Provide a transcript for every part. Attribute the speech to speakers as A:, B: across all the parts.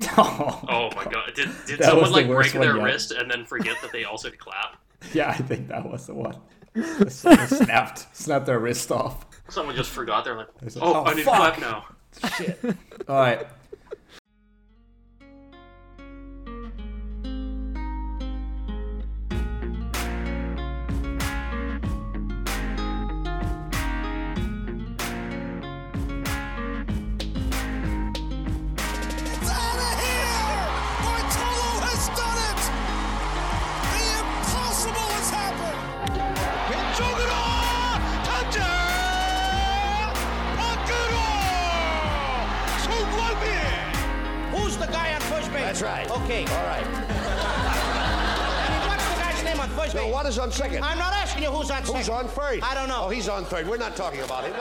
A: Oh my god! Did, did
B: That was
A: someone
B: the
A: like
B: worst
A: break their
B: one yet.
A: wrist and then forget that they also clap?
B: Yeah, I think that was the one. Someone snapped, snapped their wrist off.
A: Someone just forgot. They're like,
B: It's like,
A: oh,
B: oh,
A: I need to
B: fuck."
A: clap now.
B: Shit. All right.
C: Tannehill! Bartolo has done it! The impossible has happened! Juggernaut! Touchdown! Bakuro! To
D: Who's the guy on first base?
C: That's right.
D: Okay.
C: All right.
D: What's the guy's name on first
C: So
D: base?
C: what is on second?
D: I'm not asking you who's on second.
C: Who's on third?
D: I don't know.
C: Oh, he's on third. We're not talking about him.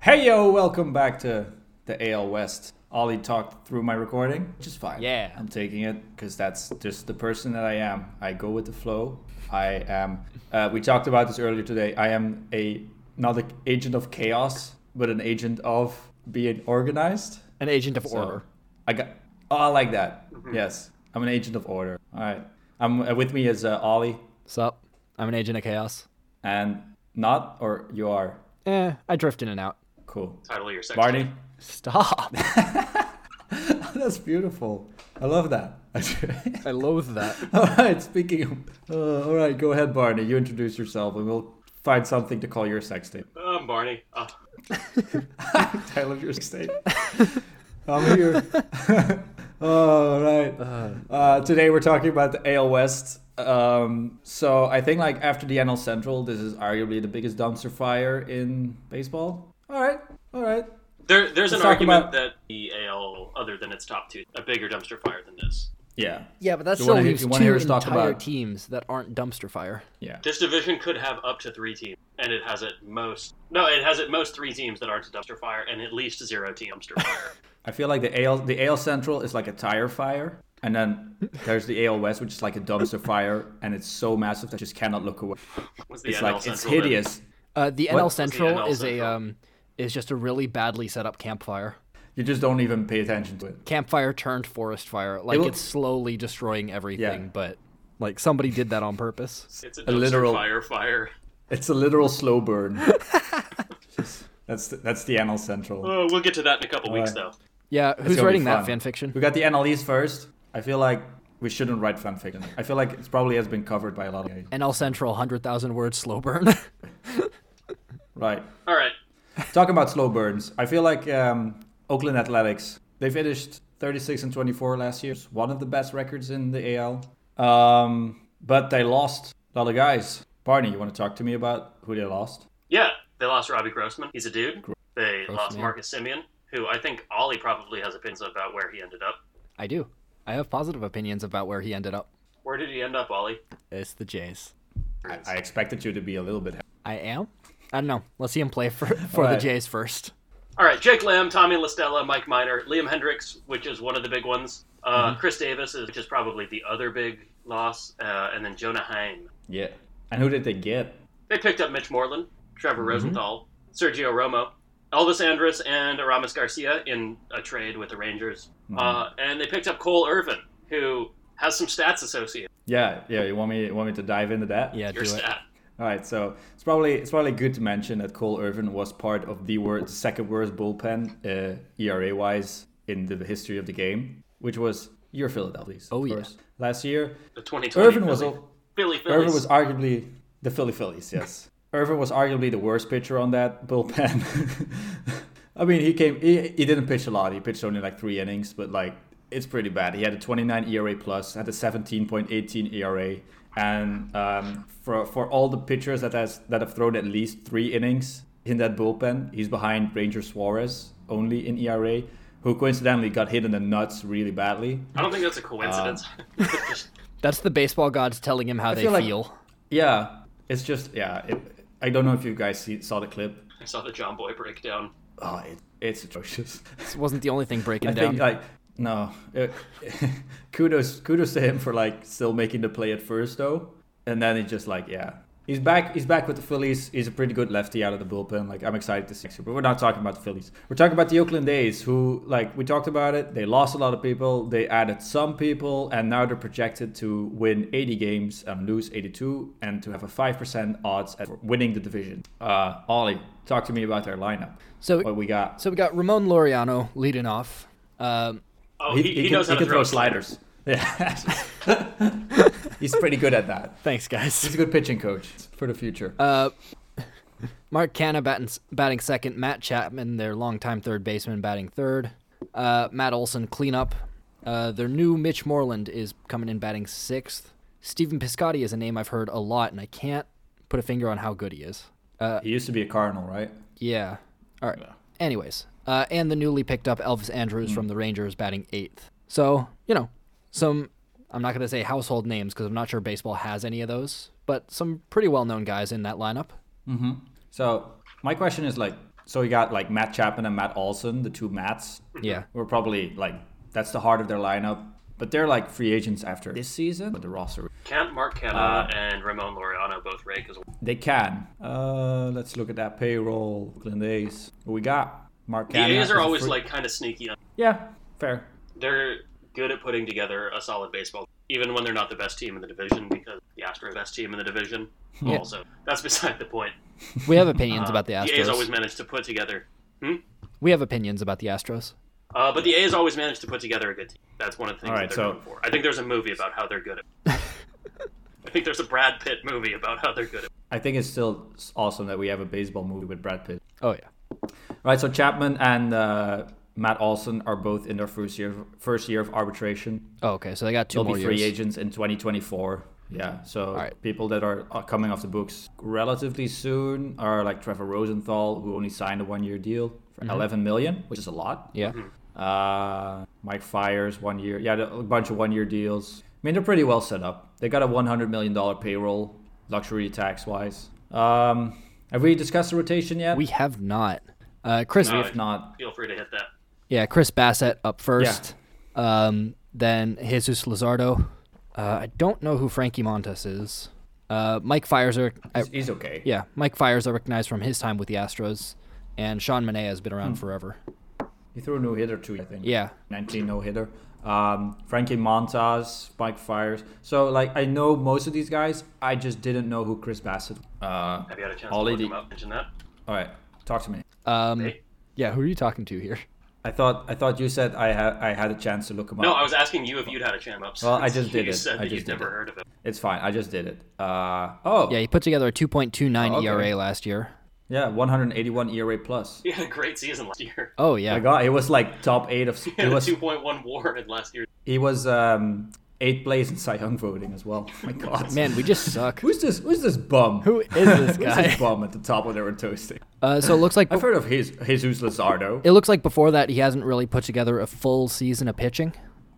B: Hey yo, welcome back to the AL West. Ollie talked through my recording, which is fine.
E: Yeah.
B: I'm taking it because that's just the person that I am. I go with the flow. I am. Uh, we talked about this earlier today. I am a not an agent of chaos, but an agent of being organized.
E: An agent of
B: So,
E: order.
B: I got. Oh, I like that. Yes, I'm an agent of order. All right. I'm uh, with me is uh, Ollie
E: Sup? I'm an agent of chaos.
B: and not or you are
E: Eh, I drift in and out.
B: cool.
A: Title of your section.
B: Barney.
E: Stop.
B: That's beautiful. I love that.
E: I loathe that.
B: all right, speaking of. Uh, all right, go ahead, Barney. You introduce yourself and we'll find something to call your sex tape.
A: I'm Barney. Uh,
B: I love your sex tape. I'm here. all right. Uh, today we're talking about the AL West. Um, so I think, like, after the NL Central, this is arguably the biggest dumpster fire in baseball. All right, all right.
A: there, there's an
B: talk
A: argument
B: about-
A: that the AL, other than its top two, a bigger dumpster fire than this.
B: Yeah.
E: Yeah, but that
B: You
E: still
B: wanna hear-
E: leaves
B: you
E: two
B: wanna hear us
E: entire
B: talk about-
E: teams that aren't dumpster fire.
B: Yeah.
A: This division could have up to three teams, and it has at most no, it has at most three teams that aren't a dumpster fire, and at least zero team dumpster fire.
B: I feel like the AL the AL Central is like a tire fire, and then there's the AL West, which is like a dumpster fire, and it's so massive that you just cannot look away.
A: Was the
B: It's
A: NL
B: like it's
A: Central then?
B: hideous.
E: Uh, the
B: What?
E: NL Central
A: NL
E: is a
A: Central.
E: um, is just a really badly set up campfire.
B: You just don't even pay attention to it.
E: Campfire turned forest fire. Like
B: will-
E: it's slowly destroying everything,
B: Yeah.
E: but like somebody did that on purpose.
A: It's a
B: a
A: dumpster
B: literal-
A: fire fire.
B: It's a literal slow burn. Just- that's the, that's the NL Central.
A: Oh, we'll get to that in a couple weeks, though.
E: Yeah,
B: It's
E: who's
B: gonna be
E: writing that
B: fun.
E: fan fiction?
B: We got the NL East first. I feel like we shouldn't write fan fiction. I feel like it probably has been covered by a lot of
E: NL Central, hundred thousand words, slow burn.
B: right.
A: All right,
B: Talking about slow burns, I feel like um, Oakland Athletics, they finished 36 and 24 last year. It's one of the best records in the AL. Um, but they lost a lot of guys. Barney, you want to talk to me about who they lost?
A: yeah, they lost Robbie Grossman. He's a dude. They lost
E: Grossman.
A: Marcus Simeon, who I think Ollie probably has opinions about where he ended up.
E: I do. I have positive opinions about where he ended up.
A: Where did he end up, Ollie?
E: It's the Jays.
B: I, I expected you to be a little bit.
E: I am. I don't know. Let's see him play for for
B: Alright.
E: the Jays first.
A: All right, Jake Lamb, Tommy Listella, Mike Miner, Liam Hendricks, which is one of the big ones. Uh,
E: Mm-hmm.
A: Chris Davis, is, which is probably the other big loss, uh, and then Jonah Heim.
B: Yeah. And who did they get?
A: They picked up Mitch Moreland, Trevor
E: Mm-hmm.
A: Rosenthal, Sergio Romo, Elvis Andrus, and Aramis Garcia in a trade with the Rangers.
E: Mm-hmm.
A: Uh, and they picked up Cole Irvin, who has some stats associated.
B: Yeah, yeah. You want me you want me to dive into that?
E: Yeah,
A: Your
E: do it.
A: stat.
B: All right, so it's probably it's probably good to mention that Cole Irvin was part of the wor- second worst bullpen uh, ERA wise in the history of the game, which was your Philadelphia.
E: Oh, yeah.
B: last year
A: The 2020
B: Irvin was
A: Philly,
B: al-
A: Philly
B: Irvin
A: Phillies.
B: was arguably the Philly Phillies. Yes, Irvin was arguably the worst pitcher on that bullpen. I mean, he came he, he didn't pitch a lot. He pitched only like three innings, but like it's pretty bad. He had a 29 ERA plus, had a 17.18 ERA, E and um, for for all the pitchers that has that have thrown at least three innings in that bullpen, he's behind Ranger Suarez only in ERA. Who coincidentally got hit in the nuts really badly.
A: I don't think that's a coincidence.
E: That's the baseball gods telling him how they
B: feel
E: feel.
B: like- Yeah, it's just yeah. It, I don't know if you guys see, saw the clip.
A: I saw the John Boy breakdown.
B: Oh, it, it's atrocious.
E: This wasn't the only thing breaking
B: I
E: down.
B: think like no, it- kudos kudos to him for like still making the play at first though, and then he just like yeah, He's back. He's back with the Phillies. He's a pretty good lefty out of the bullpen. Like I'm excited to see. But we're not talking about the Phillies. We're talking about the Oakland A's, who like we talked about it. They lost a lot of people. They added some people, and now they're projected to win 80 games and lose 82, and to have a five percent odds at winning the division. Uh, Ollie, talk to me about their lineup.
E: So-
B: what we got?
E: So we got Ramon Laureano leading off. Um,
A: Oh, he, he,
B: can,
A: knows how
B: he
A: to
B: can throw
A: a slider.
B: sliders. Yeah, he's pretty good at that.
E: Thanks, guys.
B: He's a good pitching coach for the future.
E: Uh, Mark Canna batting, batting second. Matt Chapman, their longtime third baseman, batting third. Uh, Matt Olson, cleanup. Uh, their new Mitch Moreland is coming in batting sixth. Stephen Piscotty is a name I've heard a lot, and I can't put a finger on how good he is.
B: he used to be a Cardinal, right?
E: Yeah. All right. Anyways, uh, and the newly picked up Elvis Andrews
B: Mm-hmm.
E: from the Rangers, batting eighth. So you know, some I'm not gonna say household names because I'm not sure baseball has any of those, but some pretty well known guys in that lineup.
B: So my question is like, so you got like Matt Chapman and Matt Olson, the two Matts.
E: Yeah.
B: We're probably like that's the heart of their lineup, but they're like free agents after this season. But the roster
A: Camp Mark Canna
B: Uh,
A: and Ramon Laureano both rank as
B: they can. Uh, let's look at that payroll. Oakland A's. What we got? Mark.
A: the
B: Canha
A: A's are
B: is a
A: always
B: free-
A: like kind of sneaky.
B: yeah, fair.
A: They're good at putting together a solid baseball, even when they're not the best team in the division. Because the Astros are the best team in the division. Also, that's beside the point.
E: We have opinions about the Astros.
A: The A's always manage to put together. Hmm?
E: We have opinions about the Astros.
A: Uh, but the A's always manage to put together a good team. That's one of the things
B: All right,
A: that they're
B: so-
A: known for. I think there's a movie about how they're good at. I think there's a Brad Pitt movie about how they're good at.
B: I think it's still awesome that we have a baseball movie with Brad Pitt.
E: Oh yeah.
B: Right, so Chapman and uh, Matt Olson are both in their first year first year of arbitration.
E: Oh, okay. So they got 2
B: They'll
E: more
B: be free
E: years.
B: agents in 2024. Yeah, so
E: right.
B: people that are are coming off the books relatively soon are like Trevor Rosenthal, who only signed a one-year deal for 11 million, which is a lot.
E: Mm-hmm. Yeah.
B: Uh, Mike Fires, one year. Yeah, a bunch of one-year deals. I mean, they're pretty well set up. They got a 100 million dollar payroll, luxury tax-wise. Um, have we discussed the rotation yet?
E: We have not. Uh, Chris.
A: No.
B: if not,
A: Feel free to hit that.
E: Yeah, Chris Bassett up first. Um, then Jesus Lazardo. Uh, I don't know who Frankie Montes is. Uh, Mike Fires are. I,
B: he's okay.
E: yeah, Mike Fires I recognize from his time with the Astros, and Sean Manea has been
B: Hmm.
E: around forever.
B: He threw a no hitter too, I think.
E: Yeah.
B: 19 no hitter. Um, Frankie Montas, Mike Fires. So, like, I know most of these guys. I just didn't know who Chris Bassett Uh,
A: Have you had a chance
B: Ollie,
A: to
B: the-
A: look them up? Mention that.
B: all right, talk to me.
E: Um,
A: Hey.
E: yeah, who are you talking to here?
B: I thought I thought you said I had I had a chance to look him up.
A: No, I was asking you if you'd had a chance up.
B: Well, I
A: since
B: just did
A: you
B: it.
A: said
B: I
A: that
B: just
A: you'd
B: did
A: never
B: it.
A: heard of it.
B: It's fine. I just did it. Uh, oh,
E: Yeah, he put together a 2.29
B: Oh, okay.
E: ERA E last year.
B: yeah, 181 ERA E plus.
A: He had a great season last year.
E: Oh yeah,
B: My God, it was like top eight of.
A: He
B: Uh, It
A: had a
B: was
A: 2.1 WAR in last year.
B: he was um eight plays in Cy Young voting as well. My God,
E: man, we just suck.
B: who's this? Who's this bum?
E: who is this
B: who's this
E: guy?
B: bum at the top of their toasting?
E: Uh, so it looks like
B: I've heard of his Jesus Lazardo.
E: it looks like before that he hasn't really put together a full season of pitching,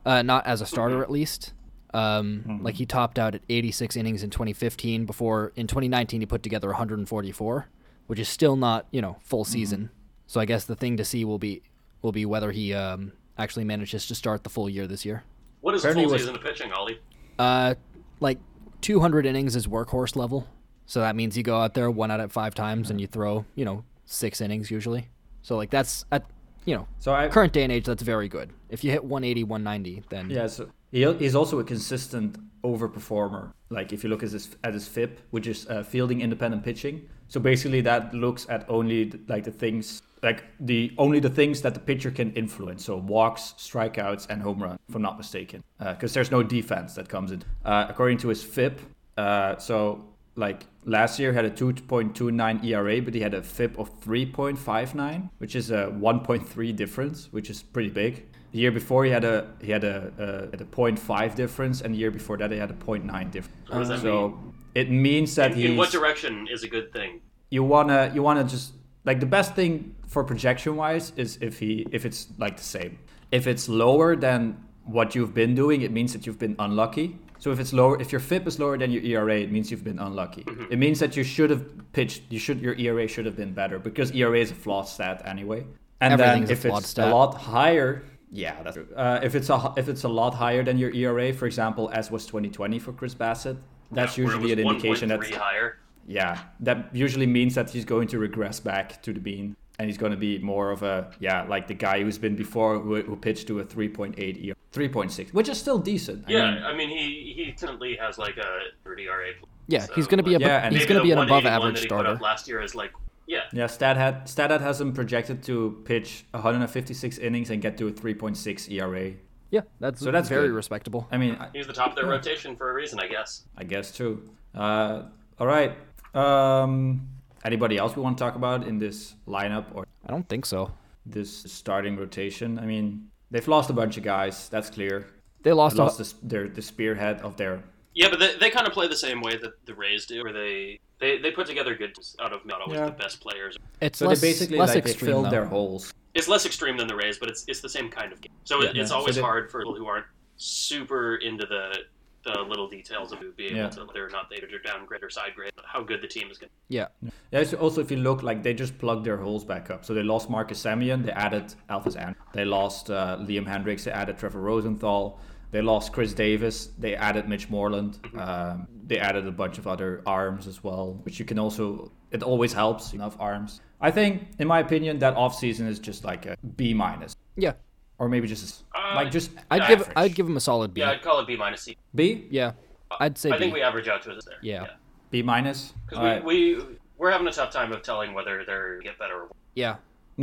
E: uh, not as a starter at least. Um, Like he topped out at 86 innings in 2015. Before in 2019 he put together 144, which is still not you know full season. So I guess the thing to see will be will be whether he um, actually manages to start the full year this year.
A: What is a
B: Apparently
A: full
B: was-
A: season of pitching, Ollie?
E: Uh, like 200 innings is workhorse level. So that means you go out there one out at five times and you throw you know six innings usually. So like that's at you know
B: So I
E: current day and age that's very good if you hit 180 190 then
B: yeah, so he, he's also a consistent overperformer. Like if you look at his at his FIP, which is uh, fielding independent pitching. So basically, that looks at only like the things like the only the things that the pitcher can influence. So walks, strikeouts, and home run, if I'm not mistaken, because there's no defense that comes in. Uh, according to his FIP, uh, so like last year had a 2.29 ERA, but he had E a FIP of 3.59, which is a 1.3 difference, which is pretty big. The year before he had a he had a uh, had a 0.5 difference, and the year before that he had a 0.9 difference.
A: does that
B: so it means that
A: In,
B: he's
A: in what direction is a good thing?
B: you wanna you wanna just like the best thing for projection wise is if he if it's like the same. If it's lower than what you've been doing, it means that you've been unlucky. So if it's lower, if your FIP is lower than your ERA, it means you've been unlucky.
A: Mm-hmm.
B: It means that you should have pitched. You should your ERA should have been better because ERA is a flawed stat anyway. And then
E: Everything's a
B: if
E: flawed
B: it's
E: stat.
B: a lot higher, yeah, that's true. Uh, if it's a if it's a lot higher than E your ERA, for example, as was 2020 for Chris Bassett, that's
A: Where it
B: usually an
A: was
B: indication that
A: 1.3 higher.
B: yeah, that usually means that he's going to regress back to the mean, and he's going to be more of a yeah, like the guy who's been before who, who pitched to a 3.8 ERA, 3.6, which is still decent. I
A: Yeah,
B: mean,
A: I mean, he he currently has like a 30 RA.
E: Yeah,
A: so,
E: he's gonna be
A: like,
E: a
B: Yeah, and-
E: he's
A: maybe
E: gonna
A: the
E: be an above
A: 181
E: average
A: that he put up
E: starter.
A: Last year is like yeah,
B: yeah. Stat had Statat has him projected to pitch 156 innings and get to a 3.6 ERA.
E: Yeah, that's
B: So that's
E: very
B: good.
E: respectable.
B: E I mean, I,
A: he's the top of their rotation for a reason, I guess.
B: I guess true. Uh, all right. Um, anybody else we want to talk about in this lineup or
E: I don't think so.
B: this starting rotation? I mean, they've lost a bunch of guys. That's clear.
E: They
B: They
E: lost, a-
B: lost the, s- their the spearhead of their.
A: Yeah, but they, they kind of play the same way that the Rays do, where they they, they put together good teams out of not always
B: Yeah.
A: the best players.
E: It's
B: So
E: less,
B: they basically
E: less
B: like
E: extreme
B: they filled
E: though.
B: their holes.
A: It's less extreme than the Rays, but it's it's the same kind of game. So it,
B: Yeah.
A: it's
B: So
A: always
B: they-
A: hard for people who aren't super into the the little details of who be able
B: Yeah.
A: to whether or not they are downgrade or side grade, how good the team is going. to
E: Yeah,
B: Yeah, so also, if you look, like they just plugged their holes back up. So they lost Marcus Simeon, they added Alphys and they lost uh, Liam Hendricks, they added Trevor Rosenthal, they lost Chris Davis, they added Mitch Moreland, um, they added a bunch of other arms as well, which you can also. It always helps enough arms. I think, in my opinion, that offseason is just like a B minus,
E: yeah.
B: or maybe just a s-
A: Uh,
B: like just
E: I'd
A: Yeah,
E: give
B: average.
E: I'd give him a solid B.
A: Yeah, I'd call it B minus C.
B: B
E: Yeah, I'd say
A: I
E: B.
A: think we average out to it there.
E: Yeah.
B: B minus.
A: because
B: All right.
A: we, we we're having a tough time of telling whether they're get better. or worse.
E: yeah,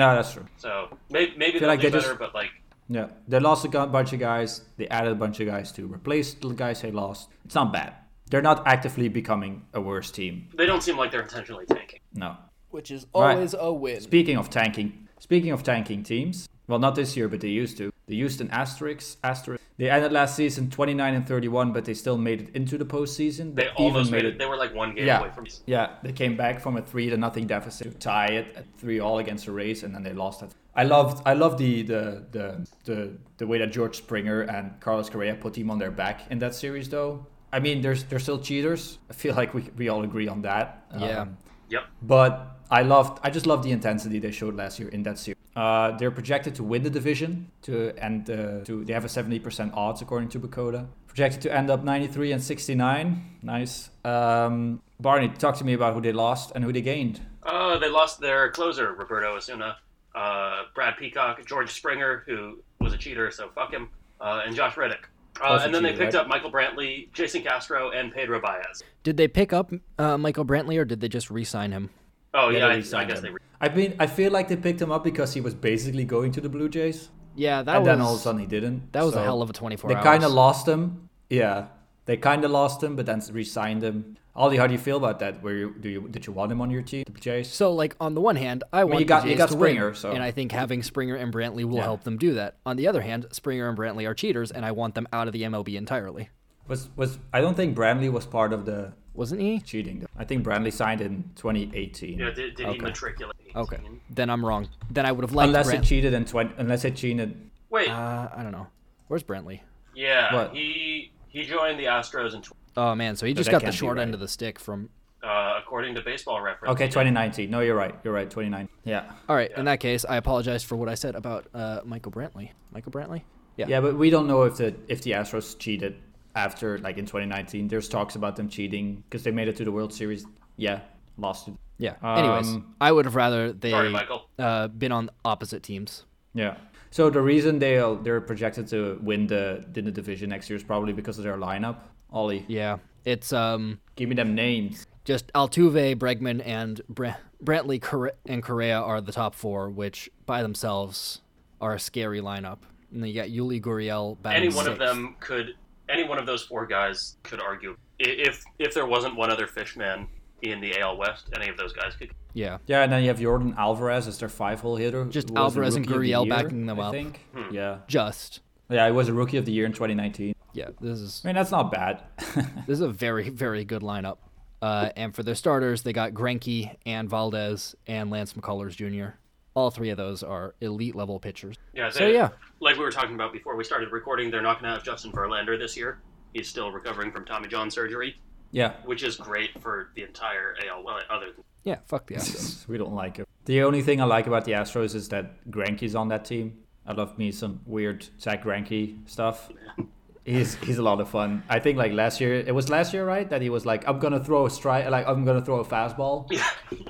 B: No, that's true.
A: So maybe maybe
B: Feel
A: they'll
B: like
A: do
B: they
A: better,
B: just-
A: but like
B: Yeah, they lost a gu- bunch of guys. They added a bunch of guys to replace the guys they lost. It's not bad. They're not actively becoming a worse team.
A: they don't seem like they're intentionally tanking.
B: No.
E: which is
B: Right. always
E: a win.
B: Speaking of tanking, speaking of tanking teams, well, not this year, but they used to. The Houston Asterix, Asterix. They ended last season 29 and 31, but they still made it into the postseason.
A: They almost made it. They were like one game
B: Yeah.
A: away from.
B: Yeah, they came back from a three to nothing deficit to tie it at three all against the Rays, and then they lost it. I loved, I loved the the the the, the way that George Springer and Carlos Correa put him on their back in that series, though. I mean, there's they're still cheaters. I feel like we we all agree on that. Um,
E: Yeah.
A: Yep.
B: But I loved, I just loved the intensity they showed last year in that series. Uh, they're projected to win the division to and uh, to they have a 70% odds according to Bacoda. Projected to end up 93 and 69. Nice. Um, Barney, talk to me about who they lost and who they gained.
A: Uh, they lost their closer, Roberto Asuna, uh, Brad Peacock, George Springer, who was a cheater, so fuck him, uh, and Josh Reddick. Uh,
B: Also
A: and then they
B: cheater,
A: picked
B: right?
A: up Michael Brantley, Jason Castro, and Pedro Baez.
E: Did they pick up uh, Michael Brantley or did they just re-sign him?
A: Oh yeah,
B: they
A: I, I
B: re-signed
A: guess
B: him.
A: they. Re-
B: I mean, I feel like they picked him up because he was basically going to the Blue Jays,
E: Yeah, that
B: and
E: was
B: then all of a sudden he didn't.
E: that was a
B: So
E: hell of a 24
B: They
E: hours.
B: kind of lost him. Yeah, they kind of lost him, but then re-signed him. Ollie, how do you feel about that? Were you, do you did you want him on your team, the Jays?
E: So like on the one hand, I want
B: you got-
E: the
B: you
E: Jays
B: got
E: to win,
B: Springer, so-
E: and I think having Springer and Brantley will
B: Yeah.
E: help them do that. On the other hand, Springer and Brantley are cheaters, and I want them out of the MLB entirely.
B: Was was I don't think Brantley was part of the
E: Wasn't he?
B: cheating. Though. I think Brantley signed in 2018.
A: yeah, did did he
B: Okay.
A: matriculate?
E: Okay,
A: 18?
E: then I'm wrong. Then I would have liked
B: Unless
E: Brantley.
B: it cheated in 20. Unless it cheated.
A: Wait.
E: uh, I don't know. Where's Brantley?
A: yeah.
B: what?
A: He he joined the Astros in. Tw-
E: Oh man, so he just
B: that
E: got the
B: can't be
E: short end
B: right.
E: of the stick from.
A: uh, according to baseball reference.
B: Okay, 2019. No, you're right. You're right. 29. Yeah.
E: All right, in that case, I apologize for what I said about uh, Michael Brantley. Michael Brantley. Yeah.
B: Yeah, but we don't know if the if the Astros cheated after like in 2019. There's talks about them cheating because they made it to the World Series. Yeah, lost it.
E: Yeah. Anyways,
B: Um,
E: I would have rather they
A: Sorry, Michael.
E: uh, been on opposite teams.
B: Yeah. So the reason they are- they're projected to win the the division next year is probably because of their lineup. Ollie,
E: Yeah, it's um
B: give me them names.
E: just Altuve, Bregman, and Br- Brantley Corre- and Correa are the top four, which by themselves are a scary lineup. And then you got Yuli Gurriel. batting
A: any one of
E: sixth.
A: them could any one of those four guys could argue I- if if there wasn't one other fishman in the AL West, any of those guys could.
E: Yeah.
B: Yeah, and then you have Jordan Alvarez as their five hole hitter.
E: Just
B: who was the
E: Alvarez and
B: rookie of the
E: Gurriel
B: year,
E: backing them
B: I
E: up.
B: think. Yeah.
E: Just.
B: Yeah, he was a rookie of the year in 2019.
E: Yeah. This is
B: I mean, that's not bad.
E: this is a very very good lineup. Uh, and for their starters, they got Granke and Valdez and Lance McCullers Jr. All three of those are elite level pitchers.
A: Yeah. They,
E: So, yeah.
A: like we were talking about before we started recording, they're not going to have Justin Verlander this year. He's still recovering from Tommy John surgery,
B: yeah.
A: which is great for the entire AL. Well, other than
E: Yeah. Fuck the Astros.
B: We don't like it. The only thing I like about the Astros is that Granke's on that team. I love me some weird Zach Granke stuff. He's he's a lot of fun. I think like last year it was last year, right? That he was like, I'm gonna throw a strike, like I'm gonna throw a fastball.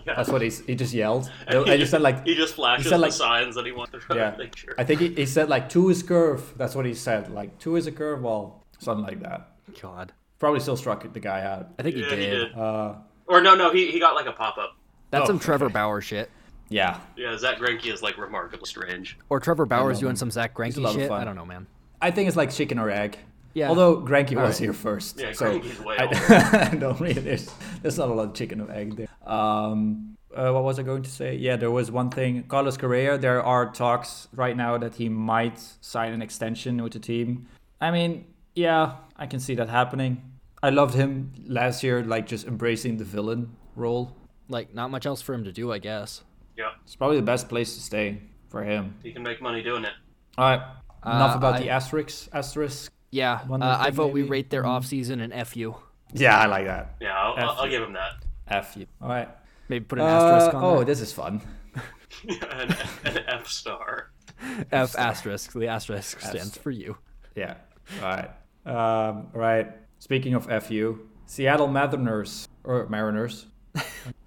A: Yeah.
B: That's what he's, he just yelled. I just said like
A: he just flashes
B: said, like-
A: the signs that he wants to throw
B: yeah.
A: the picture.
B: I think he, he said like two is curve. That's what he said. Like two is a curveball, something like that.
E: God,
B: Probably still struck the guy out.
E: I think
A: yeah,
E: he did.
A: he did.
B: Uh,
A: or no, no, he, he got like a pop up.
E: That's
B: Oh,
E: some Trevor Bauer shit.
B: Yeah,
A: Yeah, Zach Greinke is like remarkably strange.
E: Or Trevor Bauer's doing
B: him.
E: some Zach
B: a
E: Greinke
B: lot of
E: shit.
B: fun.
E: I don't know, man.
B: I think it's like chicken or egg.
E: Yeah.
B: Although Granky was
E: right.
B: here first.
A: Yeah,
B: so
A: Granky's way
B: I, I don't really. There's, there's not a lot of chicken or egg there. Um, uh, what was I going to say? Yeah, there was one thing. Carlos Correa, there are talks right now that he might sign an extension with the team. I mean, yeah, I can see that happening. I loved him last year, like just embracing the villain role.
E: Like, not much else for him to do, I guess.
A: Yeah,
B: It's probably the best place to stay for him.
A: he can make money doing it.
B: All right, enough about
E: Uh, I-
B: the asterisks. Asterisk.
E: Yeah,
B: One
E: uh,
B: more
E: I
B: thing,
E: vote we
B: maybe?
E: rate their offseason and F you.
B: Yeah, I like that.
A: Yeah, I'll, I'll, I'll
B: Absolutely.
A: give him that.
B: F you. All right.
E: Maybe put an asterisk
B: Uh,
E: on
B: oh,
E: there.
B: this is fun.
A: an, an F star.
E: F asterisk. The asterisk stands for you.
B: Yeah. All right. Um, all right. Speaking of FU, Seattle Mariners or Mariners,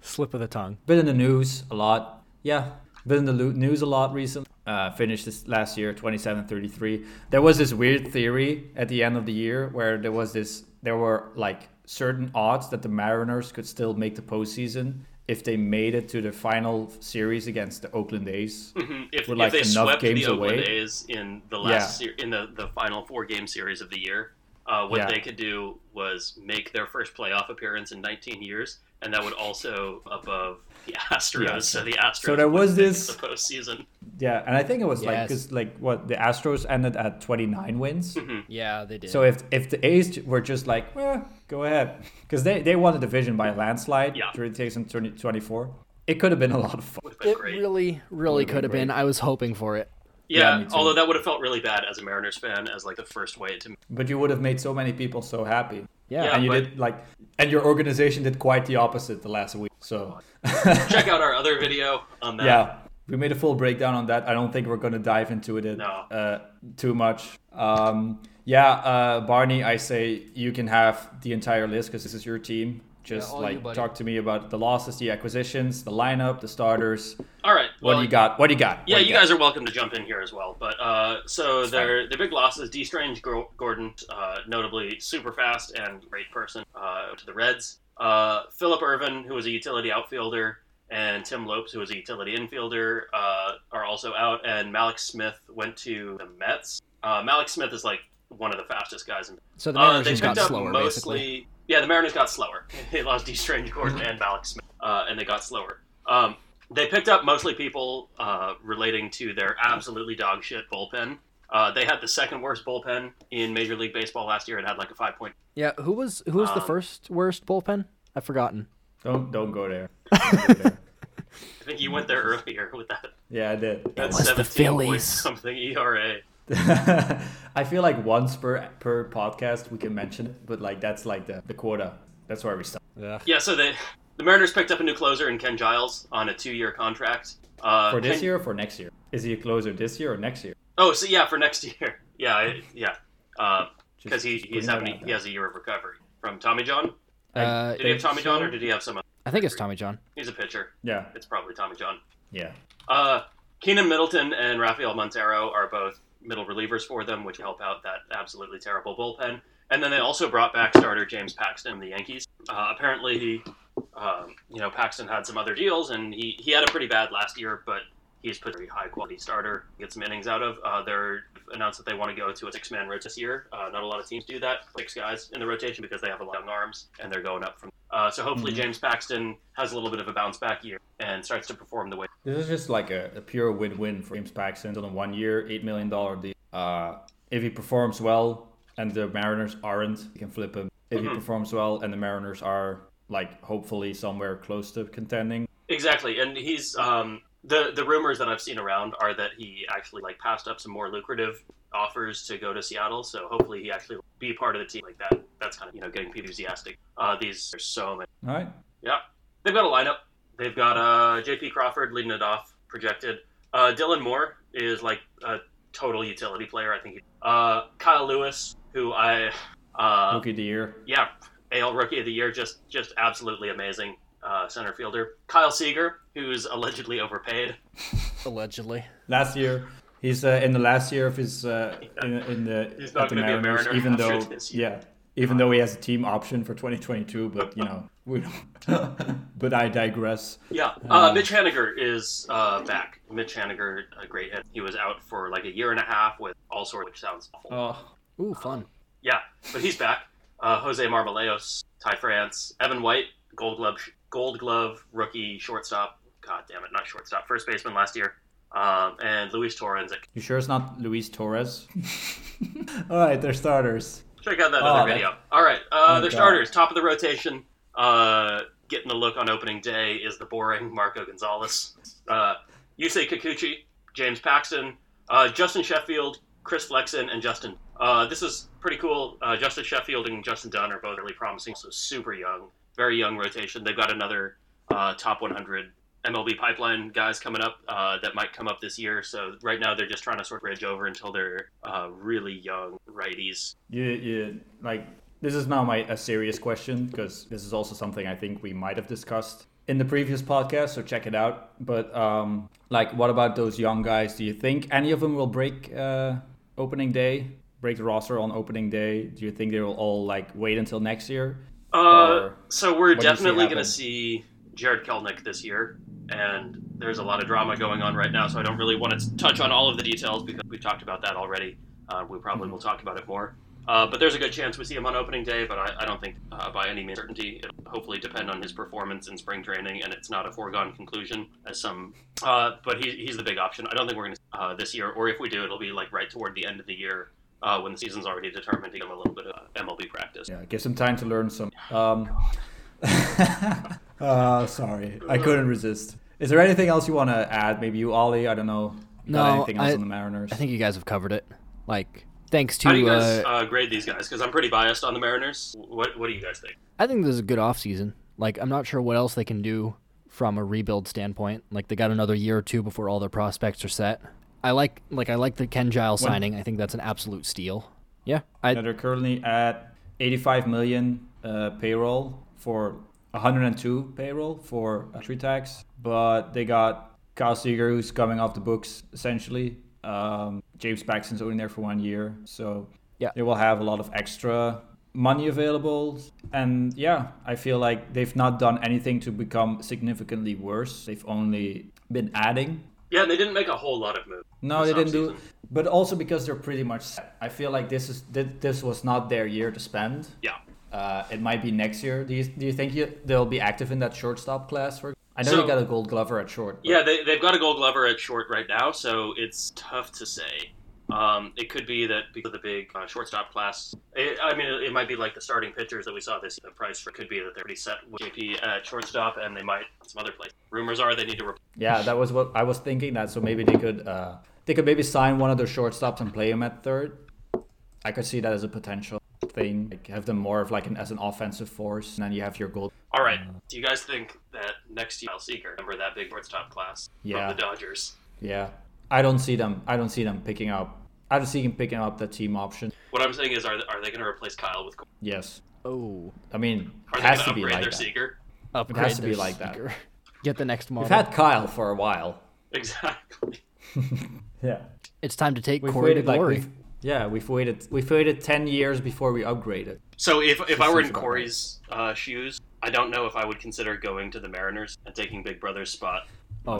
E: Slip of the tongue.
B: been in the news a lot. Yeah, been in the lo- news a lot recently. Uh, finished this last year, 27-33. There was this weird theory at the end of the year where there was this, there were like certain odds that the Mariners could still make the postseason if they made it to the final series against the Oakland A's.
A: If,
B: We're,
A: if
B: like,
A: they
B: enough
A: swept the
B: games
A: Oakland
B: away.
A: A's in the last ser- in the, the final four game series of the year, uh, what
B: Yeah.
A: they could do was make their first playoff appearance in 19 years, and that would also above the Astros.
B: Yeah.
A: So the Astros.
B: So there
A: would
B: was
A: make it
B: this-
A: the postseason.
B: Yeah, and I think it was like
E: Yes.
B: because like what the Astros ended at 29 wins.
A: Mm-hmm.
E: Yeah, they did.
B: So if if the A's were just like, eh, go ahead, because they they won the division by a landslide
A: Yeah.
B: during takes 20, 24, it could have been a lot of fun.
A: Would've been
E: it
A: great.
E: really, really
B: been
E: could have been.
B: great.
E: I was hoping for it.
A: yeah,
B: me too.
A: although that would have felt really bad as a Mariners fan, as like the first way to.
B: But you would have made so many people so happy.
E: Yeah.
A: Yeah.
B: and you
A: but-
B: did like, and your organization did quite the opposite the last week. So
A: Check out our other video on that.
B: yeah, Uh, we made a full breakdown on that. I don't think we're gonna dive into it in,
A: No.
B: uh, too much. Um, yeah, uh, Barney, I say you can have the entire list because this is your team. Just
E: all you,
B: like
E: buddy.
B: talk to me about the losses, the acquisitions, the lineup, the starters.
A: All right.
B: What
A: well,
B: do you got? What do you got?
A: Yeah,
B: What do
A: you guys are welcome to jump in here as well. But uh, so their their big losses: D. Strange Gor- Gordon, uh, notably super fast and great person uh, to the Reds. Uh, Philip Irvin, who was a utility outfielder, and Tim Lopes, who was a utility infielder, uh, are also out. And Malik Smith went to the Mets. Uh, Malik Smith is like one of the fastest guys in
E: So the
A: uh,
E: Mariners
A: they
E: just
A: picked
E: got
A: up
E: slower,
A: mostly.
E: basically. Mm-hmm.
A: Yeah, the Mariners got slower. they lost D. Strange, Gordon, and Malik Smith, uh, and they got slower. Um, they picked up mostly people uh, relating to their absolutely dog shit bullpen. Uh, they had the second worst bullpen in Major League Baseball last year. It had like a five point.
E: Yeah, who was who was the
A: um,
E: first worst bullpen? I've forgotten.
B: Don't don't go there. Don't go there.
A: I think you went there
E: Mm-hmm.
A: earlier with that.
B: Yeah, I did.
A: that
E: was the
A: 17 point
E: Phillies.
A: Something E ERA.
B: I feel like once per per podcast we can mention it, but like that's like the, the quota. That's where we stop.
A: Yeah, so they, the Mariners picked up a new closer in Ken Giles on a two year contract. Uh,
B: For this
A: Ken-
B: year or for next year? Is he a closer this year or next year?
A: Oh, so yeah, for next year. Yeah, I- yeah. Because
B: Just-
A: he,
B: just
A: he's
B: putting
A: having
B: that out
A: he has a year of recovery from Tommy John.
E: Uh,
A: Did he have Tommy John or did he have some? Other?
E: I think it's Tommy John.
A: He's a pitcher.
B: Yeah,
A: It's probably Tommy John.
B: yeah.
A: Uh, Keenan Middleton and Rafael Montero are both middle relievers for them, which help out that absolutely terrible bullpen. And then they also brought back starter James Paxton of the Yankees. Uh, apparently, he, um, you know, Paxton had some other deals, and he, he had a pretty bad last year, but he's put a very high quality starter, get some innings out of. Uh, they're announced that they want to go to a six man rotation this year. Uh, not a lot of teams do that, six guys in the rotation because they have a lot of young arms and they're going up from. Uh, so hopefully James Paxton has a little bit of a bounce back year and starts to perform the way.
B: This is just like a, a pure win-win for James Paxton on a one-year, eight million dollar deal. Uh, if he performs well and the Mariners aren't, you can flip him. If
A: Mm-hmm.
B: he performs well and the Mariners are like hopefully somewhere close to contending,
A: Exactly, and he's um, the the rumors that I've seen around are that he actually like passed up some more lucrative offers to go to Seattle. So hopefully he actually will be part of the team like that. That's kind of you know getting enthusiastic. Uh, these are so many.
B: all right.
A: Yeah, they've got a lineup. They've got uh, J.P. Crawford leading it off, projected. Uh, Dylan Moore is like a total utility player. I think. He, uh, Kyle Lewis, who I uh,
B: Rookie of the year.
A: yeah, AL Rookie of the Year, just just absolutely amazing uh, center fielder. Kyle Seager, who's allegedly overpaid.
E: Allegedly.
B: Last year, he's uh, in the last year of his uh, in, in the
A: He's not
B: at the
A: gonna be a
B: Mariners,
A: Mariner
B: even
A: after
B: though
A: this
B: yeah, even though he has a team option for 2022. But you know, we don't. but I digress.
A: Yeah, uh, Mitch Haniger is uh, back. Mitch Haniger, a great hit. He was out for like a year and a half with all sorts, which sounds awful.
B: Oh,
E: Ooh, fun.
A: Yeah, but he's back. Uh, Jose Marmaleos, Ty France, Evan White, Gold Glove, Gold Glove rookie shortstop. God damn it, not shortstop, first baseman last year. Um, and Luis Torrens.
B: you sure it's not Luis Torres? All right, they're starters.
A: Check out that
B: Oh,
A: other
B: that-
A: video. All right, uh,
B: Oh,
A: their
B: God.
A: starters, top of the rotation. Uh, getting a look on opening day is the boring Marco Gonzalez. Uh, Yusei Kikuchi, James Paxton, uh, Justin Sheffield, Chris Flexen, and Justin. Uh, this is pretty cool. Uh, Justin Sheffield and Justin Dunn are both really promising. So super young, very young rotation. They've got another uh, top 100 MLB pipeline guys coming up uh, that might come up this year. So right now they're just trying to sort of bridge over until they're uh, really young righties.
B: You, you like this is now my a serious question because this is also something I think we might have discussed in the previous podcast. So check it out. But um, like, what about those young guys? Do you think any of them will break uh, opening day? Break the roster on opening day? Do you think they will all like wait until next year?
A: Uh,
B: Or
A: so we're
B: do you see
A: definitely going
B: happen?
A: to see Jared Kelnick this year, and there's a lot of drama going on right now. So I don't really want to touch on all of the details because we've talked about that already. Uh, we probably
B: Mm-hmm.
A: will talk about it more. Uh, but there's a good chance we see him on opening day, but I, I don't think uh, by any means certainty. It'll hopefully depend on his performance in spring training, and it's not a foregone conclusion as some. Uh, but he, he's the big option. I don't think we're going to uh, this year, or if we do, it'll be like right toward the end of the year uh, when the season's already determined to give him a little bit of uh, MLB practice.
B: Yeah, give some time to learn some. Um, uh, sorry, I couldn't resist. Is there anything else you want to add? Maybe you, Ollie. I don't know. You got
E: No,
B: anything else
E: I-
B: on the Mariners?
E: I think you guys have covered it. Like, thanks to.
A: How do you guys
E: uh,
A: uh, grade these guys? Because I'm pretty biased on the Mariners. What What do you guys think?
E: I think this is a good offseason. Like, I'm not sure what else they can do from a rebuild standpoint. Like, they got another year or two before all their prospects are set. I like, like, I like the Ken Giles signing. I think that's an absolute steal. Yeah,
B: Yeah,
E: I
B: they're currently at 85 million uh, payroll for 102 payroll for uh, tree tax, but they got Kyle Seager who's coming off the books essentially. Um, James Paxton's only there for one year, so
E: Yeah.
B: they will have a lot of extra money available. And yeah, I feel like they've not done anything to become significantly worse. They've only been adding
A: Yeah, and they didn't make a whole lot of moves.
B: no,
A: this
B: they didn't do.
A: offseason.
B: But also because they're pretty much. Set. I feel like this is thi- this was not their year to spend.
A: Yeah.
B: Uh, it might be next year. Do you do you think you, they'll be active in that shortstop class? For I know
A: So-
B: they got a Gold Glover at short. but-
A: Yeah, they, they've got a gold glover at short right now, so it's tough to say. Um, it could be that because of the big uh, shortstop class, it, I mean, it, it might be like the starting pitchers that we saw this the price for could be that they're pretty set with JP at shortstop, and they might some other place. Rumors are they need to re-
B: Yeah, that was what I was thinking. That so maybe they could uh, they could maybe sign one of their shortstops and play him at third. I could see that as a potential thing. Like have them more of like an as an offensive force, and then you have your gold.
A: All right,
B: Mm.
A: do you guys think that next year, Kyle Seager, remember that big shortstop class
B: Yeah.
A: from the Dodgers?
B: Yeah, I don't see them. I don't see them picking up. I don't see them picking up the team option.
A: What I'm saying is, are, are they going to replace Kyle with?
B: Yes,
E: oh
B: I mean,
A: Are
B: it
A: they going
B: has
A: to
B: to be
A: upgrade
B: like
A: their
B: that.
A: Seager?
E: upgrade
B: to
E: their
B: be like that.
E: speaker. Get the next model.
B: We've had Kyle for a while.
A: Exactly.
B: Yeah,
E: it's time to take
B: we've
E: Corey to
B: waited like
E: glory.
B: we've, yeah, we've waited we've waited ten years before we upgraded.
A: So if if I were in
B: about right.
A: Corey's uh, shoes, I don't know if I would consider going to the Mariners and taking Big Brother's spot.
E: oh,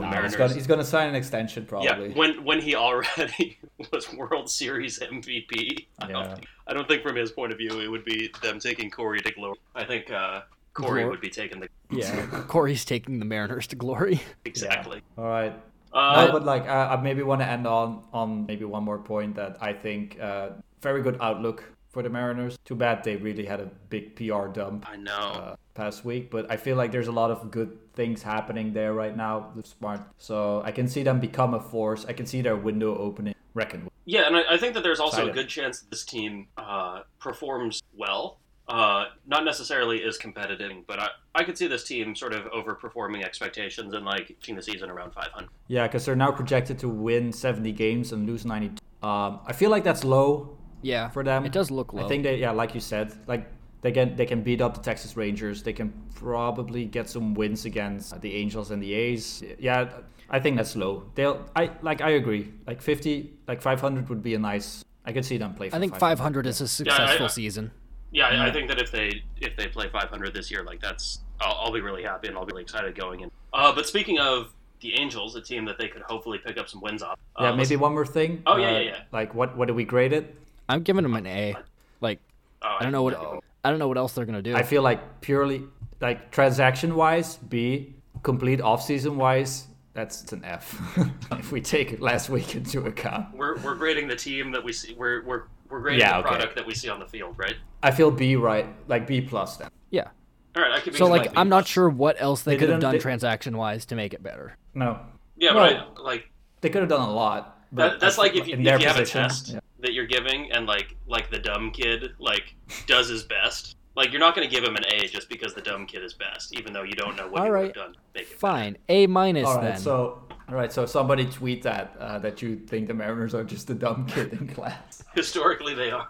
A: Nah,
E: no.
A: Mariners.
B: He's gonna, he's gonna sign an extension probably.
A: Yeah, when when he already was World Series MVP. I,
B: Yeah.
A: don't think, I don't think from his point of view it would be them taking Corey to glory. I think uh, Corey
E: Glor-
A: would be taking the
B: Yeah.
E: Corey's taking the Mariners to glory.
A: exactly.
B: All right.
A: Uh,
B: no, but like I, I maybe want to end on on maybe one more point that I think uh, very good outlook for the Mariners. Too bad they really had a big PR dump.
A: I know.
B: uh, past week, but I feel like there's a lot of good things happening there right now. They're smart, so I can see them become a force. I can see their window opening. Reckon with.
A: Yeah, and I, I think that there's also a
B: Excited.
A: good chance that this team uh, performs well. Uh, not necessarily is competitive, but I, I could see this team sort of overperforming expectations and like finishing the season around 500.
B: Yeah, because they're now projected to win 70 games and lose 92. Um, I feel like that's low.
E: Yeah,
B: for them.
E: It does look low.
B: I think they, yeah, like you said, like they can they can beat up the Texas Rangers. They can probably get some wins against the Angels and the A's. Yeah, I think that's low. They'll, I like, I agree. Like fifty, like five hundred would be a nice. I could see them play. For
E: I think 500 is a
A: I-
E: successful
A: I-
E: season.
A: Yeah, I, I think that if they if they play 500 this year, like that's I'll, I'll be really happy and I'll be really excited going in. Uh, but speaking of the Angels, a team that they could hopefully pick up some wins off. Uh,
B: Yeah,
A: let's-
B: maybe one more thing. uh,
A: Oh, yeah, yeah, yeah.
B: Like what? What do we grade it?
E: I'm giving them an A. Like
A: oh,
E: I don't know what I don't know what else they're gonna do.
B: I feel like purely like transaction wise, B. Complete off season wise, that's an F. if we take last week into account,
A: We're, we're grading the team that we see. We're we're, we're grading
B: Yeah,
A: the
B: okay.
A: product that we see on the field, right?
B: I feel B right, like B plus then.
E: yeah.
A: All right, I could be
E: So
A: easily
E: like
A: beat.
E: I'm not sure what else they,
B: They
E: could have
B: didn't-
E: done
B: they-
E: transaction wise to make it better.
B: No,
A: Yeah,
B: No.
A: but I, like
B: they could have done a lot. But
A: that, that's like if, you-
B: in
A: if you
B: their
A: have a
B: position,
A: test
B: yeah.
A: that you're giving and like like the dumb kid like does his best. Like you're not going to give him an A just because the dumb kid is best, even though you don't know what
E: All
A: he would
E: right.
A: have done. to Make it.
E: Fine, A minus
B: All right,
E: then.
B: so all right, so somebody tweet that uh, that you think the Mariners are just a dumb kid in class.
A: Historically, they are.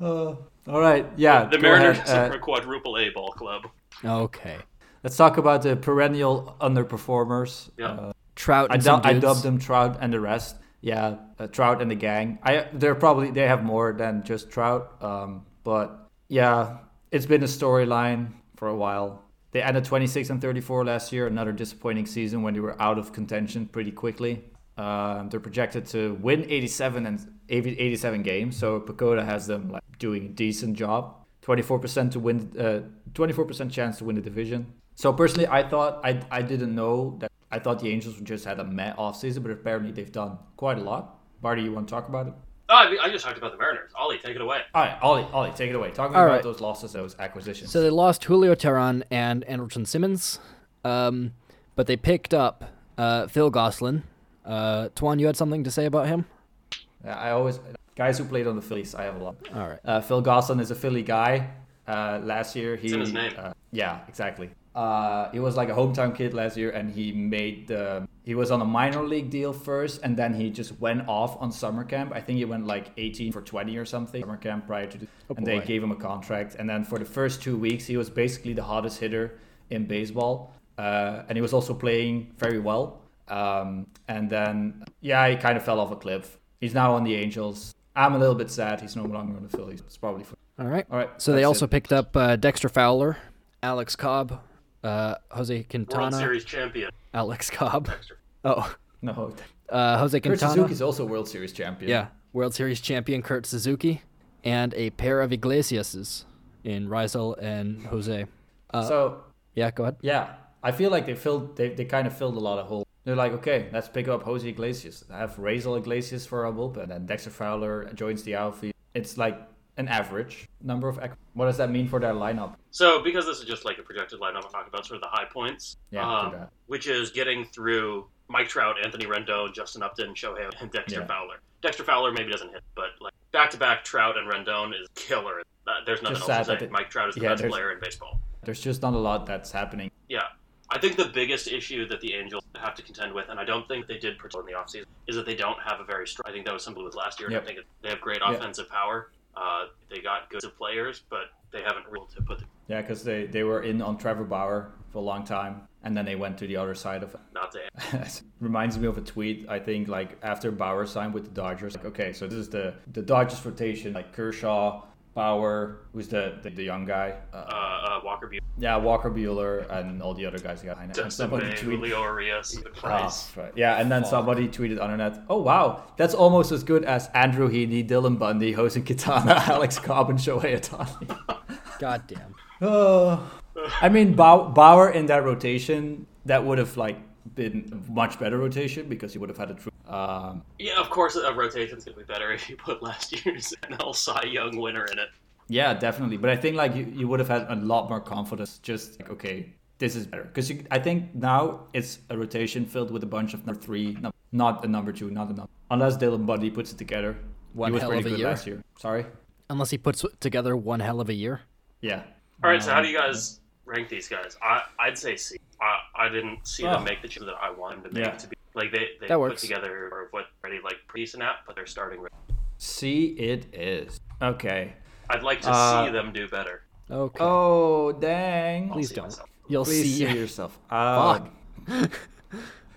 B: All right, yeah.
A: The
B: go
A: Mariners
B: ahead, uh,
A: are a quadruple A ball club.
E: okay,
B: let's talk about the perennial underperformers.
A: Yeah.
E: Trout
B: I,
E: and
B: dub-
E: some
B: I
E: dudes.
B: dubbed them Trout and the rest. Yeah, uh, Trout and the gang. I they're probably they have more than just Trout. Um, but yeah, it's been a storyline for a while. They ended 26 and 34 last year, another disappointing season when they were out of contention pretty quickly. Um, they're projected to win 87 and 80 87 games, so Pagoda has them like doing a decent job. 24% to win uh, 24% chance to win the division. So personally, I thought I I didn't know that I thought the Angels just had a meh offseason, but apparently they've done quite a lot. Barty, you want to talk about it?
A: Oh, I, mean, I just talked about the Mariners. Ollie, take it away.
B: All right, Ollie, Ollie, take it away. Talk
E: All
B: about
E: right.
B: those losses, those acquisitions.
E: So they lost Julio Tehran and Andrelton Simmons, um, but they picked up uh, Phil Gosselin. Uh, Tuan, you had something to say about him?
B: Yeah, I always guys who played on the Phillies, I have a lot.
E: All right.
B: Uh, Phil Gosselin is a Philly guy. Uh, last year, he
A: in his name.
B: Uh, yeah, exactly. Uh, he was like a hometown kid last year, and he made the he was on a minor league deal first, and then he just went off on summer camp. I think he went like 18 for 20 or something summer camp prior to, the, and they
E: Oh, boy.
B: gave him a contract. And then for the first two weeks, he was basically the hottest hitter in baseball, uh, and he was also playing very well. Um, and then yeah, he kind of fell off a cliff. He's now on the Angels. I'm a little bit sad he's no longer on the Phillies. It's probably for
E: All right.
B: All right,
E: So they
B: that's
E: also
B: it.
E: picked up uh, Dexter Fowler, Alex Cobb, uh, Jose
A: World
E: Quintana,
A: Series champion.
E: Alex Cobb. Oh,
B: no.
E: uh, Jose
B: Kurt
E: Quintana.
B: Suzuki's also World Series champion.
E: Yeah, World Series champion Kurt Suzuki, and a pair of Iglesiases in Rizal and Jose.
B: so
E: Yeah, go ahead.
B: yeah, I feel like they filled. They, they kind of filled a lot of holes. They're like, okay, let's pick up Jose Iglesias. Have Razel Iglesias for our bullpen, and Dexter Fowler joins the outfield. It's like an average number of. ac- What does that mean for their lineup?
A: So, because this is just like a projected lineup, I'll talk about sort of the high points.
B: Yeah,
A: um,
B: do that.
A: Which is getting through Mike Trout, Anthony Rendon, Justin Upton, Shohei, and Dexter
B: Yeah.
A: Fowler. Dexter Fowler maybe doesn't hit, but like back to back Trout and Rendon is killer. Uh, there's nothing
B: Just sad
A: else to
B: that
A: say.
B: it-
A: Mike Trout is the
B: yeah,
A: best
B: there's-
A: player in baseball.
B: There's just not a lot that's happening.
A: Yeah. I think the biggest issue that the Angels have to contend with, and I don't think they did particularly in the offseason, is that they don't have a very strong. I think that was something with last year. and I
B: Yep.
A: think they have great
B: Yeah.
A: offensive power. Uh, they got good players, but they haven't really to put the,
B: Yeah, because they they were in on Trevor Bauer for a long time, and then they went to the other side of
A: not to
B: reminds me of a tweet I think like after Bauer signed with the Dodgers like okay so this is the the Dodgers rotation like Kershaw Bauer who's the the, the young guy uh,
A: uh, uh, Walker Bueller,
B: yeah Walker Bueller and all the other guys got behind it. And
A: Dustin
B: somebody
A: May,
B: tweeted
A: Julio Arias,
B: Ah,
A: Price.
B: right. yeah and then somebody tweeted on internet oh wow that's almost as good as Andrew Heaney Dylan Bundy Jose Quintana Alex Cobb and Shohei Ohtani
E: God damn.
B: Oh, I mean Bau- Bauer in that rotation that would have like been a much better rotation because he would have had a true um,
A: Yeah, of course, a rotation's going to be better if you put last year's NL Cy Young winner in it.
B: Yeah, definitely. But I think like you, you would have had a lot more confidence. Just like, okay, this is better because I think now it's a rotation filled with a bunch of number three, num- not a number two, not a number. Unless Dylan Bundy puts it together,
E: One
B: he was
E: hell
B: pretty
E: of a
B: good
E: year.
B: last year. Sorry.
E: Unless he puts together one hell of a year.
B: Yeah.
A: All right, so how do you guys rank these guys? I I'd say C. I I didn't see
B: Oh.
A: them make the team that I want them to make
B: Yeah.
A: to be. Like they they
E: That
A: put
E: works.
A: together or what already like pretty decent app, but they're starting.
B: See, it is. Okay.
A: I'd like to
B: Uh,
A: see them do better.
E: Okay.
B: Oh, dang. Please,
E: please
A: see
E: don't.
A: myself.
E: You'll
B: please
E: see.
B: see yourself. Uh,
E: Fuck.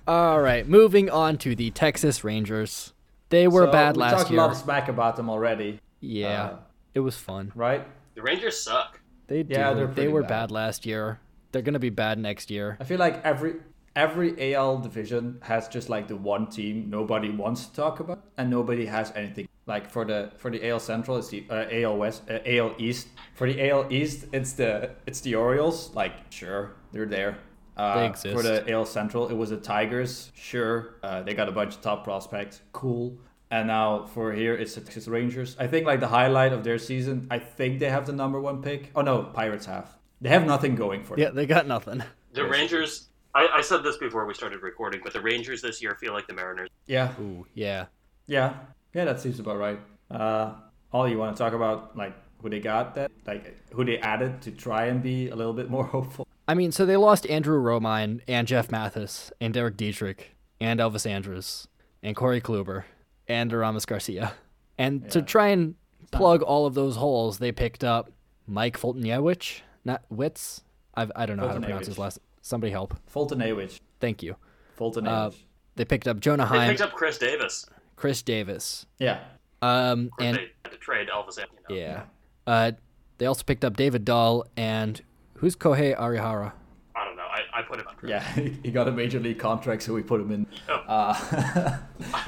E: All right, moving on to the Texas Rangers. They were
B: so
E: bad
B: we
E: last
B: talked
E: year.
B: a lot of smack about them already,
E: yeah,
B: uh,
E: it was fun.
B: right?
A: The Rangers suck.
E: They
B: Yeah,
E: do.
B: they're
E: they
B: pretty
E: were
B: bad.
E: bad last year. They're gonna be bad next year.
B: I feel like every every AL division has just like the one team nobody wants to talk about, and nobody has anything. Like for the for the AL Central, it's the uh, AL West, uh, AL East. For the AL East, it's the it's the Orioles. Like sure, they're there. Uh,
E: They exist.
B: For the AL Central, it was the Tigers. Sure, uh, they got a bunch of top prospects. Cool. And now for here, it's the Texas Rangers. I think like the highlight of their season. I think they have the number one pick. Oh no, Pirates have. They have nothing going for them.
E: Yeah, they got nothing.
A: The Rangers. I, I said this before we started recording, but the Rangers this year feel like the Mariners.
B: Yeah.
E: Ooh, yeah.
B: Yeah, yeah, that seems about right. Uh, all you want to talk about, like who they got that, like who they added to try and be a little bit more hopeful.
E: I mean, so they lost Andrew Romine and Jeff Mathis and Derek Dietrich and Elvis Andrews and Corey Kluber and Aramis Garcia. And to try and plug all of those holes, they picked up Mike Fultoniewicz, not Witz. I've, I don't know how to pronounce his
B: Fultoniewicz.
E: last. Somebody help.
B: Fulton Awich,
E: Thank you.
B: Fulton
E: Uh,
B: Awich.
E: they picked up Jonah
A: They
E: Heim,
A: picked up Chris Davis.
E: Chris Davis,
B: yeah,
E: um, and
A: they had to trade Elvis. You know.
E: yeah, uh, they also picked up David Dahl and who's Kohei Arihara?
A: I don't know. I, I put him on.
B: yeah, he got a major league contract, so we put him in.
A: I'm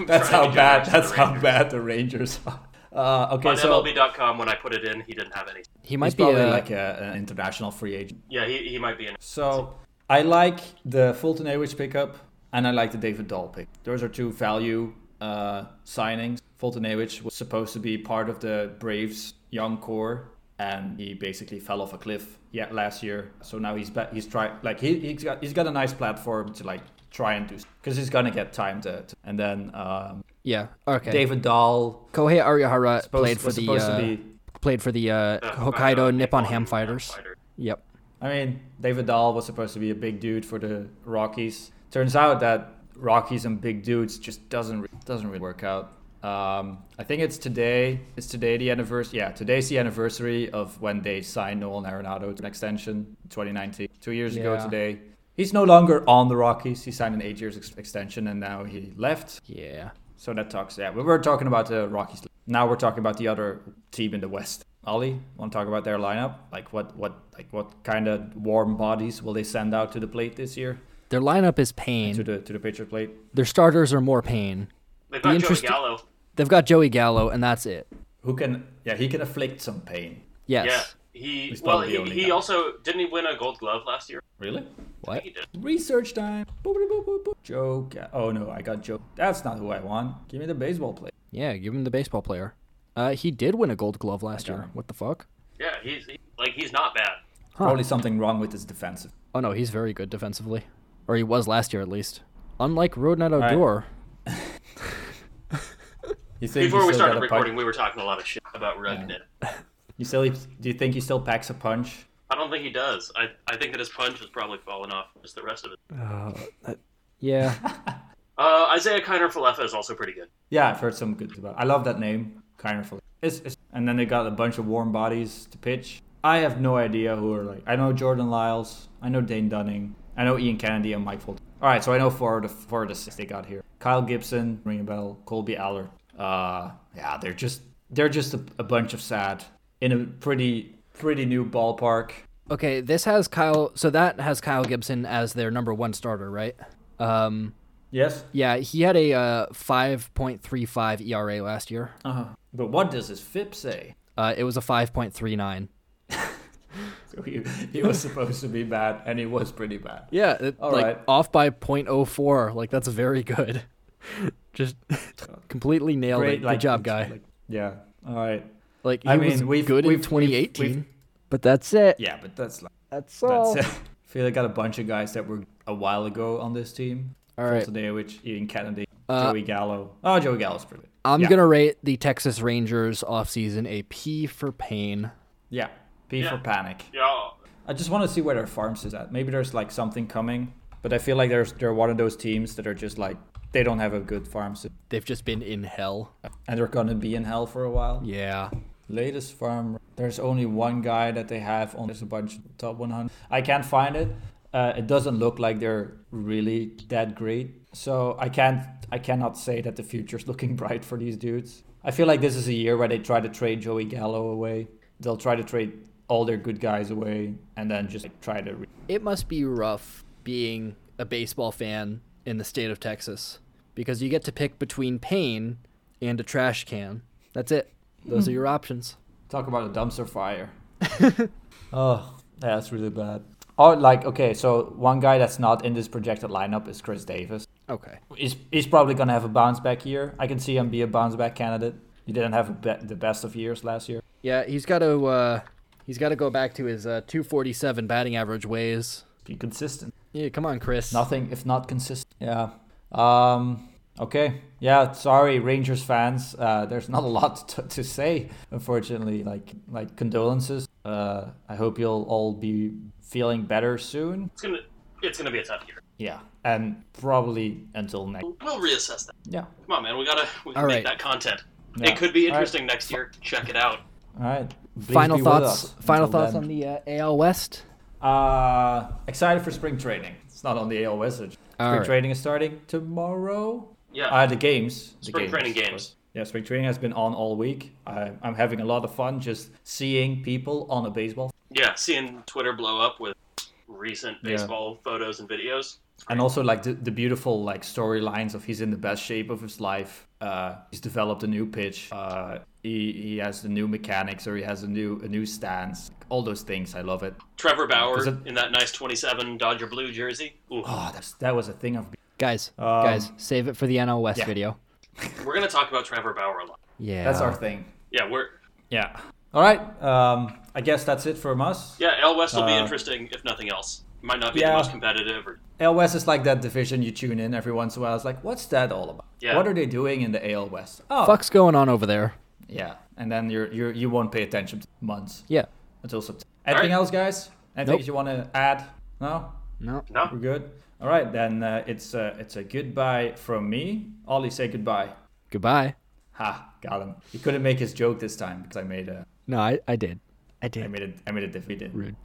B: That's
A: trying to
B: how
A: be
B: bad.
A: generous
B: That's
A: to the
B: how
A: Rangers.
B: bad the Rangers are. Uh, okay,
A: On
B: so
A: MLB.com, when I put it in, he didn't have any.
E: He
B: he's
E: might be
B: probably
E: a,
B: like a, an international free agent.
A: Yeah, he, he might be in.
B: So I like the Fulton Awich pickup, and I like the David Dahl pick. Those are two value uh, signings. Fulton Awich was supposed to be part of the Braves' young core, and he basically fell off a cliff yeah, last year. So now he's back. He's trying like he, he's got he's got a nice platform to like try and do because he's gonna get time to. to- and then um,
E: yeah. Okay.
B: David Dahl
E: Kohei Arihara
B: supposed-
E: played for
B: was
E: the
B: supposed
E: uh,
B: to be.
E: played for the uh,
A: Uh,
E: Hokkaido
A: uh,
E: Nippon Ham Fighters.
A: Fighters.
E: Yep.
B: I mean, David Dahl was supposed to be a big dude for the Rockies. Turns out that Rockies and big dudes just doesn't doesn't really work out. Um, I think it's today. It's today the anniversary. Yeah, today's the anniversary of when they signed Noel Arenado to an extension, 2019. Two years ago
E: Yeah.
B: today, he's no longer on the Rockies. He signed an eight years ex- extension, and now he left.
E: Yeah.
B: So that talks. Yeah, we were talking about the Rockies. Now we're talking about the other team in the West. Ali, want to talk about their lineup? Like what, what, like what kind of warm bodies will they send out to the plate this year?
E: Their lineup is pain.
B: To the to the pitcher plate.
E: Their starters are more pain.
A: They've got Joey
E: interesting-
A: Gallo.
E: They've got Joey Gallo, and that's it.
B: Who can? Yeah, he can afflict some pain.
E: Yes.
A: Yeah, he.
B: He's
A: Well,
B: probably the
A: he,
B: only
A: he
B: guy.
A: also didn't he win a Gold Glove last year?
B: Really?
E: What?
A: He did.
B: Research time. Boop, boop, boop, boop, boop. Joe. Ga- Oh no, I got Joe. That's not who I want. Give me the baseball plate.
E: Yeah. Give him the baseball player. Uh, he did win a Gold Glove last year. What the fuck?
A: Yeah, he's he, like he's not bad.
B: Probably something wrong with his defensive.
E: Oh no, he's very good defensively, or he was last year at least. Unlike Rodnett
B: right.
E: Odor.
B: You think
A: Before
B: he
A: we
B: still
A: started
B: got a punch-
A: recording, we were talking a lot of shit about Rugnet.
B: You still? Do you think he still packs a punch?
A: I don't think he does. I, I think that his punch has probably fallen off just the rest of it.
E: Yeah.
A: Uh, Isaiah Kiner Falefa is also pretty good.
B: Yeah, I've heard some good about. I love that name, Kynerful. It's, it's and then they got a bunch of warm bodies to pitch. I have no idea who are like. I know Jordan Lyles. I know Dane Dunning. I know Ian Kennedy and Mike Fulton. All right, so I know four of the four of the six they got here. Kyle Gibson, ring a bell. Colby Allard. Uh, yeah, they're just they're just a, a bunch of sad in a pretty pretty new ballpark.
E: Okay, this has Kyle. So that has Kyle Gibson as their number one starter, right? Um,
B: Yes,
E: yeah, he had a uh, 5.35 ERA E last year.
B: but what does his FIP say?
E: Uh, it was a 5.39.
B: So he, he was supposed to be bad, and he was pretty bad.
E: Yeah, it,
B: All
E: like
B: right.
E: off by 0.04. Like that's very good. Just completely nailed it. Good
B: like,
E: job, guy. Like,
B: like, yeah. All right.
E: he
B: I
E: was
B: mean, we've-
E: good
B: we've-
E: in
B: we've-
E: 2018.
B: we've-
E: but that's it.
B: Yeah, but that's like
E: That's
B: that's it. I feel like I got a bunch of guys that were a while ago on this team.
E: All right. Uh,
B: Today, which Ian Kennedy, Joey Gallo. Oh, Joey Gallo's pretty. good.
E: I'm
B: yeah.
E: gonna rate the Texas Rangers offseason a P for pain.
B: Yeah. P for panic.
A: Yeah,
B: I just want to see where their farms is at. Maybe there's like something coming, but I feel like there's they're one of those teams that are just like they don't have a good farm system,
E: They've just been in hell.
B: and they're gonna be in hell for a while.
E: Yeah.
B: Latest farm. There's only one guy that they have on. There's a bunch of top 100. I can't find it. Uh, it doesn't look like they're really that great. So I can't. I cannot say that the future's looking bright for these dudes. I feel like this is a year where they try to trade Joey Gallo away. They'll try to trade all their good guys away, and then just like, try to. Re-
E: It must be rough being a baseball fan in the state of Texas because you get to pick between pain and a trash can. That's it. Those are your options.
B: Talk about a dumpster fire. oh, yeah, that's really bad. Oh, like okay, so one guy that's not in this projected lineup is Chris Davis.
E: Okay.
B: He's, he's probably gonna have a bounce back year. I can see him be a bounce back candidate. He didn't have a be- the best of years last year.
E: Yeah, he's got to uh, he's got to go back to his uh, 247 batting average ways.
B: Be consistent.
E: Yeah, come on, Chris.
B: Nothing if not consistent. Yeah. Um. Okay. Yeah. Sorry, Rangers fans. Uh, there's not a lot to, to say, unfortunately. Like like condolences. Uh, I hope you'll all be feeling better soon.
A: It's gonna it's gonna be a tough year.
B: Yeah, and probably until next.
A: We'll reassess that.
B: Yeah.
A: Come on, man. We gotta we
E: All
A: gotta make
E: right.
A: that content.
B: Yeah.
A: It could be
B: All right.
A: interesting next year. Check it out.
B: All right. Please
E: final
B: be with
E: thoughts.
B: us
E: Final
B: until
E: thoughts
B: then.
E: on the uh, AL West.
B: Uh, excited for spring training. It's not on the AL Wizards.
E: All
B: spring
E: right.
B: training is starting tomorrow.
A: Yeah.
B: Uh, the games. The
A: Spring training games.
B: Yeah, spring training has been on all week. I, I'm having a lot of fun just seeing people on a baseball.
A: yeah, seeing Twitter blow up with recent baseball photos and videos.
B: and also like the, the beautiful like storylines of he's in the best shape of his life uh, he's developed a new pitch uh, he, he has the new mechanics or he has a new a new stance all those things i love it
A: Trevor Bauer
B: Is it-
A: in that nice 27 Dodger blue jersey. Ooh,
B: oh that's, that was a thing of
E: Guys, guys, save it for the NL West
B: Um, yeah.
E: video.
A: we're gonna talk about Trevor Bauer a lot.
E: Yeah.
B: that's our thing
A: Yeah, we're
B: yeah all right um, i guess that's it from us
A: yeah. L West will be
B: Uh,
A: interesting if nothing else. Might not be the
B: yeah.
A: most competitive. Or,
B: AL West is like that division you tune in every once in a while. It's like, what's that all about?
A: Yeah.
B: What are they doing in the AL West? Oh,
E: fuck's going on over there.
B: yeah. And then you're you're you won't pay attention to months
E: Yeah.
B: until September. Anything
A: right.
B: else, guys? Anything
E: Nope.
B: you want to add? No,
E: No.
B: we're
A: no,
B: good. All right, then uh, it's uh, it's a goodbye from me. Ollie, say goodbye.
E: Goodbye.
B: Ha, got him. He couldn't make his joke this time because I made a
E: No, I, I did. I did.
B: I made it I made it defeated.
E: Rude.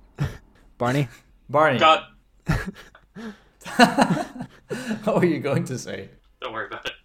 E: Barney,
B: Barney,
A: God,
B: what were you going to say?
A: don't worry about it.